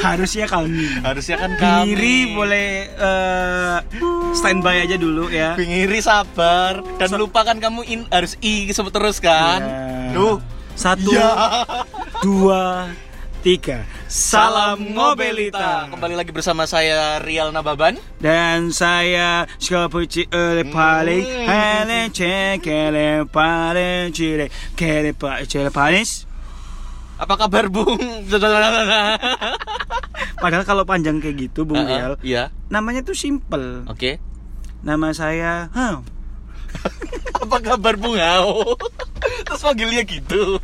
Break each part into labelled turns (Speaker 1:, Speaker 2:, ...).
Speaker 1: harusnya kami
Speaker 2: Harusnya kan kami.
Speaker 1: Pingiri boleh eh, standby aja dulu ya
Speaker 2: Pingiri sabar dan lupakan kamu in- harus i sebut terus kan.
Speaker 1: Ya.
Speaker 2: Duh.
Speaker 1: satu
Speaker 2: Ya.
Speaker 1: dua tiga salam ngobelita
Speaker 2: Kembali lagi bersama saya Rial Nababan.
Speaker 1: dan saya eh, Scopucci Ele Pali
Speaker 2: Hmm.
Speaker 1: Ele Cekele Pale Cile Kele Pale Cile Palis
Speaker 2: Apa kabar Bung?
Speaker 1: Padahal kalau panjang kayak gitu Bung
Speaker 2: Ah, ah,
Speaker 1: Rial
Speaker 2: Iya.
Speaker 1: Namanya tuh simple
Speaker 2: Oke.
Speaker 1: Nama saya huh,
Speaker 2: Apa kabar Bung Hao? Terus panggilnya gitu.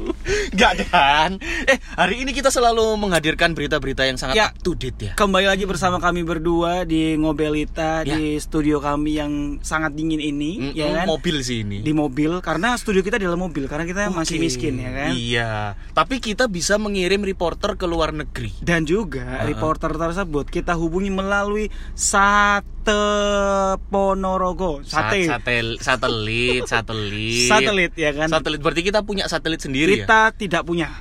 Speaker 2: Enggak kan? Eh, hari ini kita selalu menghadirkan berita-berita yang sangat
Speaker 1: Ya.
Speaker 2: up to date ya.
Speaker 1: Kembali lagi bersama kami berdua di Ngobelita
Speaker 2: Ya.
Speaker 1: Di studio kami yang sangat dingin ini
Speaker 2: Mm,
Speaker 1: ya
Speaker 2: mm,
Speaker 1: kan?
Speaker 2: Mobil sih ini.
Speaker 1: Di mobil Karena studio kita di dalam mobil Karena kita masih
Speaker 2: Oke.
Speaker 1: miskin ya kan
Speaker 2: Iya. Tapi kita bisa mengirim reporter ke luar negeri.
Speaker 1: Dan juga reporter tersebut kita hubungi melalui Sate Ponorogo Sate
Speaker 2: Sa- satel- satelit, satelit.
Speaker 1: Satelit ya kan
Speaker 2: Satelit berarti kita punya satelit sendiri ya.
Speaker 1: Kita tidak punya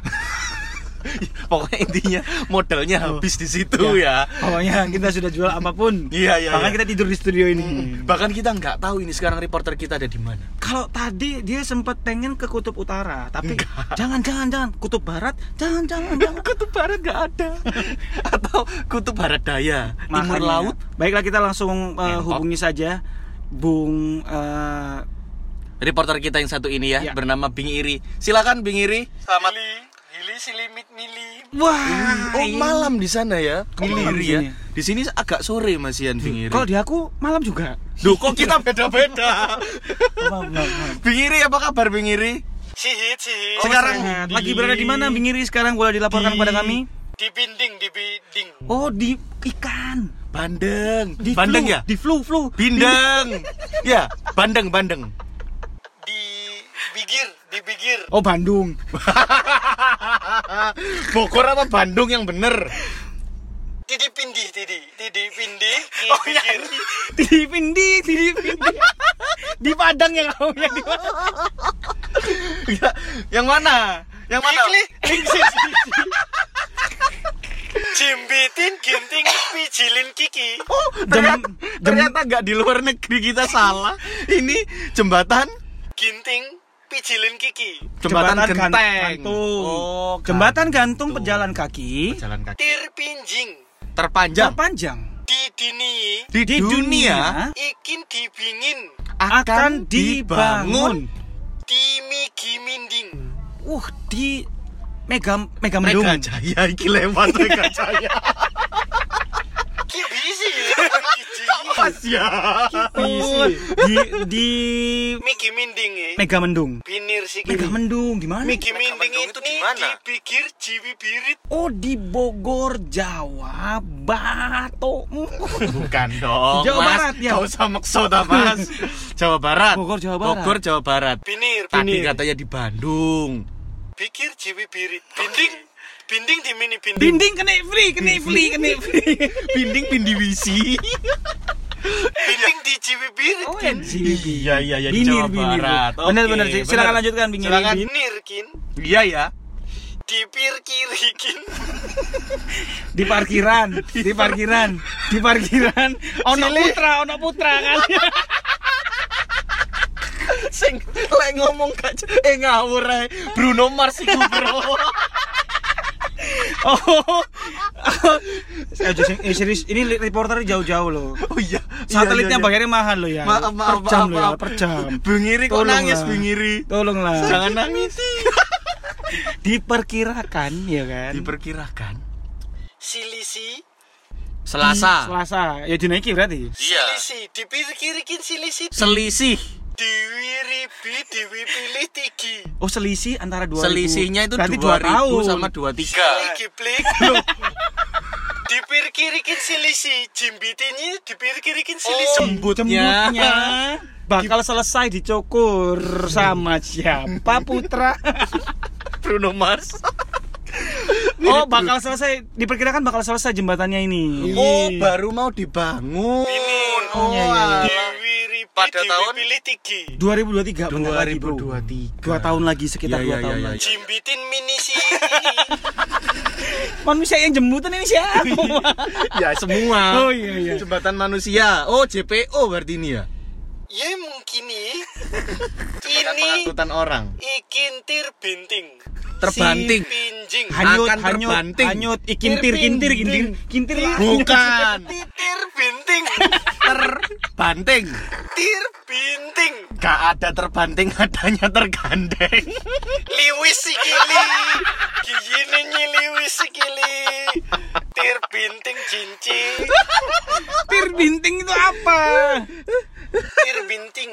Speaker 2: Pokoknya intinya modalnya
Speaker 1: Oh.
Speaker 2: habis di situ
Speaker 1: Iya.
Speaker 2: ya.
Speaker 1: Pokoknya kita sudah jual apapun
Speaker 2: Iya, iya,
Speaker 1: Bahkan
Speaker 2: iya.
Speaker 1: kita tidur di studio ini
Speaker 2: Bahkan kita nggak tahu ini sekarang reporter kita ada di mana.
Speaker 1: Kalau tadi dia sempat pengen ke kutub utara Tapi jangan jangan jangan Kutub barat Jangan jangan jangan
Speaker 2: Kutub barat nggak ada. Atau kutub barat daya, timur
Speaker 1: Makanya.
Speaker 2: laut.
Speaker 1: Baiklah kita langsung
Speaker 2: Mentok.
Speaker 1: uh, hubungi saja Bung uh,
Speaker 2: Reporter kita yang satu ini ya,
Speaker 1: Ya.
Speaker 2: bernama Bing Iri. Silakan Bing Iri. Selamat. Hili silimit mili.
Speaker 1: Wah
Speaker 2: Oh
Speaker 1: ini-
Speaker 2: malam di sana ya,
Speaker 1: Kok
Speaker 2: Bing
Speaker 1: Oh,
Speaker 2: Iri
Speaker 1: malam di
Speaker 2: ya.
Speaker 1: sini? Hmm.
Speaker 2: Di sini agak sore masihan Bing Iri.
Speaker 1: Kalau di aku malam juga
Speaker 2: Duh, kok kita beda-beda?
Speaker 1: Maaf, maaf, maaf.
Speaker 2: Bing Iri, apa kabar Bing Iri?
Speaker 3: Sihit,
Speaker 1: Oh,
Speaker 3: sihit.
Speaker 2: Sekarang
Speaker 1: sehat.
Speaker 2: di-
Speaker 1: lagi berada di mana Bingiri sekarang boleh
Speaker 2: di-
Speaker 1: dilaporkan kepada kami?
Speaker 3: Di binding, di binding.
Speaker 1: Oh di ikan
Speaker 2: Bandeng.
Speaker 1: di
Speaker 2: bandeng
Speaker 1: flu,
Speaker 2: ya?
Speaker 1: Di flu flu
Speaker 2: Bindeng. ya, bandeng, bandeng.
Speaker 3: Di bigir, di bigir.
Speaker 1: Oh Bandung
Speaker 2: Ah, Bogor apa Bandung yang bener?
Speaker 3: Tidi pindih, tidi. Tidi pindih, di bigir.
Speaker 1: Di Pindi Di Pindi Di Padang ya kamu yang di Padang
Speaker 2: Ya, yang mana? Yang mana?
Speaker 3: Ikli. Jimbitin, ginting, pijilin, kiki.
Speaker 2: Oh, ternyata, ternyata nggak di luar negeri kita salah. Ini jembatan
Speaker 3: Ginting, pijilin, kiki.
Speaker 2: jembatan,
Speaker 1: gan-
Speaker 2: genteng.
Speaker 1: gantung.
Speaker 2: Oh,
Speaker 1: Jembatan gantung
Speaker 2: gantung.
Speaker 1: pejalan kaki
Speaker 2: jalan kaki
Speaker 3: Tir pinjing.
Speaker 2: terpanjang
Speaker 1: terpanjang
Speaker 3: Di dini,
Speaker 2: di, dunia,
Speaker 3: ikin dibingin.
Speaker 1: akan dibangun.
Speaker 3: Di migi minding.
Speaker 1: Uh, di Mega Mega Mendung.
Speaker 2: Mega Jaya iki lewat Mega Jaya.
Speaker 3: Ki bisi.
Speaker 2: Pas ya.
Speaker 1: Di- Oh, di di
Speaker 3: Migi minding, eh.
Speaker 1: Mega Mendung.
Speaker 3: Binir sih.
Speaker 1: Iya. Mega Mendung di mana?
Speaker 3: Migi Minding itu di mana? Dipikir Jiwi Birit.
Speaker 1: Oh, di Bogor, Jawa, Batok.
Speaker 2: Bukan dong.
Speaker 1: Jawa
Speaker 2: Mas.
Speaker 1: Barat, ya?
Speaker 2: Gak usah maksa dah, Mas. Jawa Barat.
Speaker 1: Bogor, Jawa Barat.
Speaker 2: Bogor Jawa Barat.
Speaker 3: Binir,
Speaker 2: Tadi
Speaker 3: binir.
Speaker 2: katanya di Bandung.
Speaker 3: Pikir Jiwi Birit. Binding, binding di mini binding.
Speaker 1: Dinding kena free, kena free, kena free.
Speaker 2: Binding Pindiwisi.
Speaker 3: Binding di Jiwi Birit.
Speaker 2: Oh.
Speaker 1: Oh,
Speaker 2: Iya, iya, iya, di Jawa
Speaker 1: Binir, binir.
Speaker 2: Barat. Oke,
Speaker 1: Bener, bener. Ci. Silakan
Speaker 2: bener.
Speaker 1: lanjutkan, Binir.
Speaker 2: Silakan.
Speaker 3: Binir kin.
Speaker 2: Iya ya.
Speaker 3: Di pir kiri kin.
Speaker 1: Di parkiran, di parkiran, di parkiran. Ono putra, ono putra kan.
Speaker 2: Sing lek ngomong gak j- eh ngawur ae. Bruno Mars iku, Bro.
Speaker 1: Oh. Eh, Jus, eh, serius, ini reporter jauh-jauh loh.
Speaker 2: Oh iya. Iya, iya,
Speaker 1: Satelitnya
Speaker 2: iya.
Speaker 1: bayarnya mahal loh ya.
Speaker 2: Maaf, maaf,
Speaker 1: per jam
Speaker 2: maaf,
Speaker 1: loh ya,
Speaker 2: maaf.
Speaker 1: per jam.
Speaker 2: Bengiri kok
Speaker 1: Tolonglah.
Speaker 2: nangis Bengiri.
Speaker 1: Tolonglah.
Speaker 2: Jangan nangis.
Speaker 1: Diperkirakan ya kan.
Speaker 2: Diperkirakan
Speaker 3: Silisi.
Speaker 1: Di Selasa. Ya dinaiki berarti.
Speaker 2: Iya.
Speaker 3: Silisi. Di pir kiri kin silisi.
Speaker 2: Selisih.
Speaker 3: Dewi Ribi, Dewi Pilih Tigi.
Speaker 1: Oh selisih antara dua
Speaker 2: Selisihnya itu
Speaker 1: berarti
Speaker 2: 2000
Speaker 1: dua tahun.
Speaker 2: sama 23.
Speaker 3: Lagi blik. Di pir kiri kin silisi. Jimbitinnya di pir
Speaker 2: Oh,
Speaker 3: kiri kin silisi.
Speaker 2: Jembutnya.
Speaker 1: Jembutnya bakal selesai dicukur sama siapa putra?
Speaker 2: Bruno Mars.
Speaker 1: oh bakal selesai diperkirakan bakal selesai jembatannya ini.
Speaker 2: Oh, baru mau dibangun.
Speaker 3: Binir.
Speaker 2: Oh,
Speaker 1: iya, iya,
Speaker 2: alah.
Speaker 3: Dewi Ribi.
Speaker 2: Pada tahun- Iya,
Speaker 3: pilih tinggi
Speaker 1: 2023 bentar lagi, bro.
Speaker 2: 2023.
Speaker 1: Dua tahun lagi sekitar
Speaker 2: Iya,
Speaker 1: dua
Speaker 2: iya,
Speaker 1: tahun
Speaker 2: iya,
Speaker 1: lagi.
Speaker 2: iya.
Speaker 3: jimbitin mini sih
Speaker 1: Manusia yang jembutan ini siapa?
Speaker 2: ya semua.
Speaker 1: Oh, iya, iya.
Speaker 2: Jembatan manusia. Oh JPO berarti ini ya.
Speaker 3: ya mungkin nih
Speaker 2: Jembatan
Speaker 3: ini
Speaker 2: pengangkutan orang.
Speaker 3: ikintir binting
Speaker 2: Terbanting.
Speaker 3: si pinjing
Speaker 1: hanyut,
Speaker 2: Akan
Speaker 1: hanyut,
Speaker 2: terbanting.
Speaker 1: hanyut, ikintir, kintir, kintir, kintir lah.
Speaker 2: Bukan.
Speaker 3: titir binting
Speaker 2: Terbanting.
Speaker 3: tir binting
Speaker 2: Gak ada terbanting adanya tergandeng.
Speaker 3: liwis sikili gini nyiliwis sikili tir binting cincin
Speaker 1: Tir binting itu apa?
Speaker 3: tir binting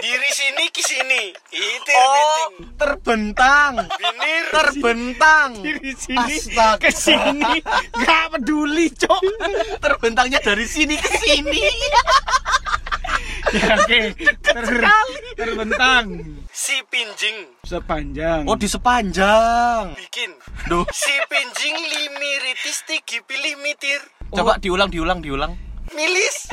Speaker 3: diri sini ke sini tir
Speaker 2: Oh,
Speaker 3: binting
Speaker 2: terbentang.
Speaker 3: binir
Speaker 2: Terbentang.
Speaker 1: Di sini,
Speaker 2: Astaga.
Speaker 1: ke sini, gak peduli, cok. Iya.
Speaker 2: Terbentangnya dari sini ke sini.
Speaker 1: Ya, Oke, Ter- terbentang
Speaker 3: si pinjing
Speaker 1: sepanjang.
Speaker 2: Oh, di sepanjang.
Speaker 3: bikin
Speaker 1: Oh.
Speaker 2: Duh.
Speaker 3: si pinjing limiritis tinggi pilih mitir
Speaker 2: Coba diulang, diulang, diulang.
Speaker 3: milis